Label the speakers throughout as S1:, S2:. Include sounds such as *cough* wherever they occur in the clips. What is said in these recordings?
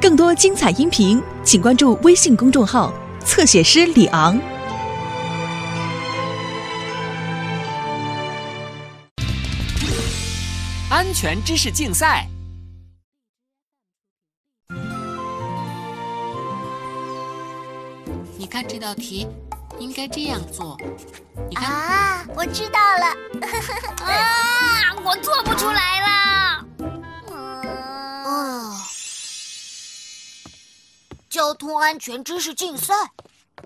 S1: 更多精彩音频，请关注微信公众号“侧写师李昂”。
S2: 安全知识竞赛。
S3: 你看这道题，应该这样做。你看，
S4: 啊，我知道了。
S5: 啊，我做不出来啦！
S6: 啊
S4: 嗯，交通安全知识竞赛，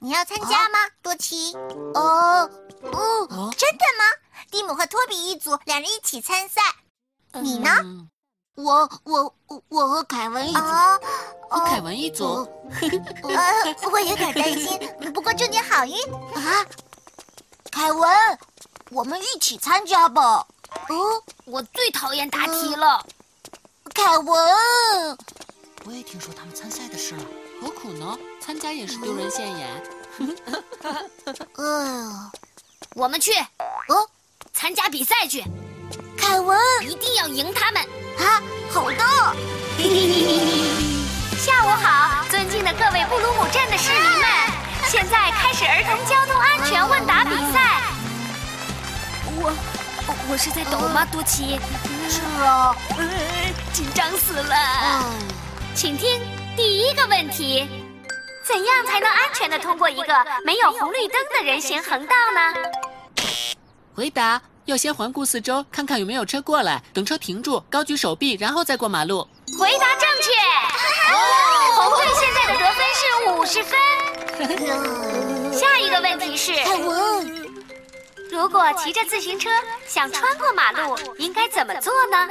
S6: 你要参加吗，多奇？
S4: 哦，哦，
S3: 哦，
S6: 真的吗？蒂姆和托比一组，两人一起参赛。你呢？
S3: 嗯
S4: 我我我我和凯文一组。
S6: 哦，
S3: 和凯文一组
S4: 哦，
S6: 呃，我有点担心，不过祝你好运。
S4: 啊，凯文，我们一起参加吧。哦，
S5: 我最讨厌答题了。
S4: 凯文，
S3: 我也听说他们参赛的事了。何苦呢？参加也是丢人现眼。
S4: 呃，
S5: 我们去
S4: 哦，
S5: 参加比赛去，
S4: 凯文
S5: 一定要赢他们。
S4: 啊，好的，
S5: 下午好，尊敬的各位布鲁姆镇的市民们，现在开始儿童交通安全问答比赛。我，我是在抖吗，多奇？
S4: 是啊，
S5: 呃紧张死
S6: 哎
S5: 了。
S4: 嗯，
S5: 请听第一个问题：怎样才能安全的通过一个没有红绿灯的人行横道呢？
S3: 回答：要先环顾四周，看看有没有车过来，等车停住，高举手臂，然后再过马路。
S5: 回答正确。红队现在的得分是五十分。下一个问题是，
S4: 凯文，
S5: 如果骑着自行车想穿过马路，应该怎么做呢？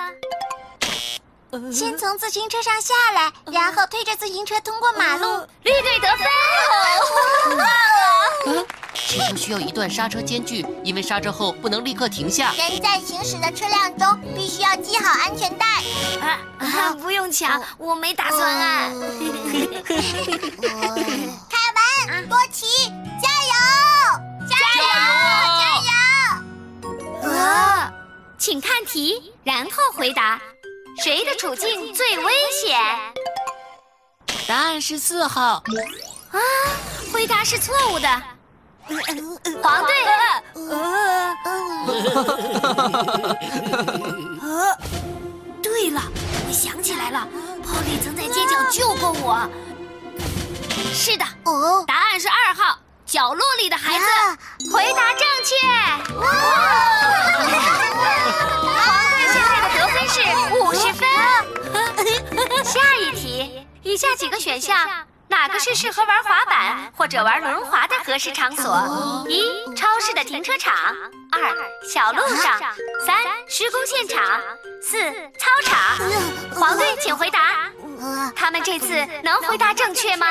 S6: 先从自行车上下来，然后推着自行车通过马路。
S5: 绿队得分。
S6: 嗯
S3: 这时候需要一段刹车间距，因为刹车后不能立刻停下。
S6: *laughs* 人在行驶的车辆中，必须要系好安全带。
S5: 啊啊，哦不用抢，我没打啊算按。
S6: 凯文，多奇，加油！加油！加油！
S5: 啊，请看题，然后回答，谁的处境最危险？
S3: 答案是四号。
S5: 回答是错误的。黄队，呃对了，我想起来了，鲍利曾在街角救过我。是的，
S4: 哦，
S5: 答案是二号，角落里的孩子。回答正确。黄队现在的得分是五十分。下一题，以下几个选项，哪个是适合玩滑板或者玩轮滑的合适场所？一、超市的停车场；二、小路上；三、施工现场；四、操场。黄队，请回答，
S4: 呃，
S5: 他们这次能回答正确吗？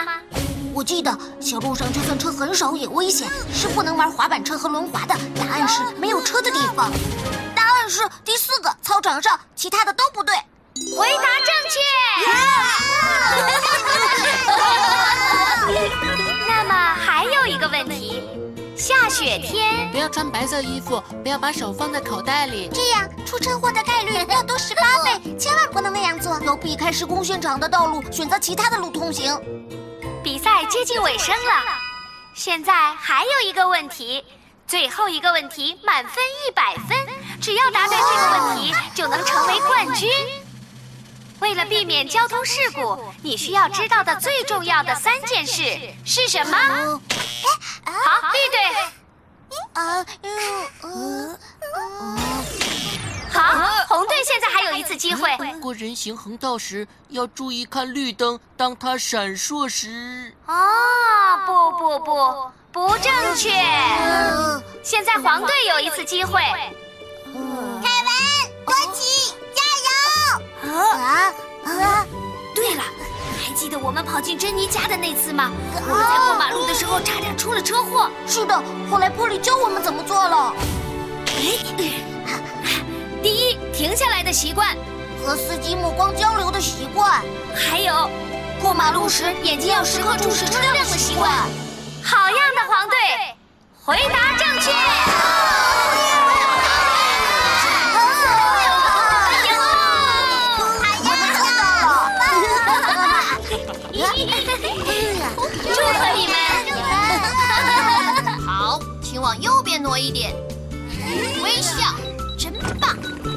S4: 我记得小路上就算车很少也危险，是不能玩滑板车和轮滑的。答案是没有车的地方。答案是第四个操场上，其他的都不对。
S5: 回答正确。 *laughs* 那么还有一个问题，下雪天
S3: 不要穿白色衣服，不要把手放在口袋里。
S6: 这样出车祸的概率要多十八倍，千万不能那样做。
S4: 要避开施工现场的道路，选择其他的路通行。
S5: 比赛接近尾声了，现在还有一个问题，最后一个问题满分一百分，只要答对这个问题就能成为冠军。为了避免交通事故，你需要知道的最重要的三件事是什么？
S4: 哦
S5: 好，B 队。
S4: 啊，嗯嗯
S5: 好，红队现在还有一次机会。
S3: 通过人行横道时要注意看绿灯，当它闪烁时，
S5: 哦，不不不，不正确。
S4: 呃，
S5: 现在黄队有一次机会。
S6: 多奇，加油！
S4: 啊啊，
S5: 对了，还记得我们跑进珍妮家的那次吗？我们在过马路的时候差点出了车祸。
S4: 是的，后来波利教我们怎么做了。
S5: 第一，停下来的习惯；
S4: 和司机目光交流的习惯，
S5: 还有，
S4: 过马路时眼睛要时刻注视车辆的习惯。
S5: 好样的，黄队，回答正确。
S4: 啊
S5: 赢了
S4: 哎我们做到了。
S5: 祝贺你们！
S4: *laughs* 好，请往右边挪一点，微笑，真棒！哦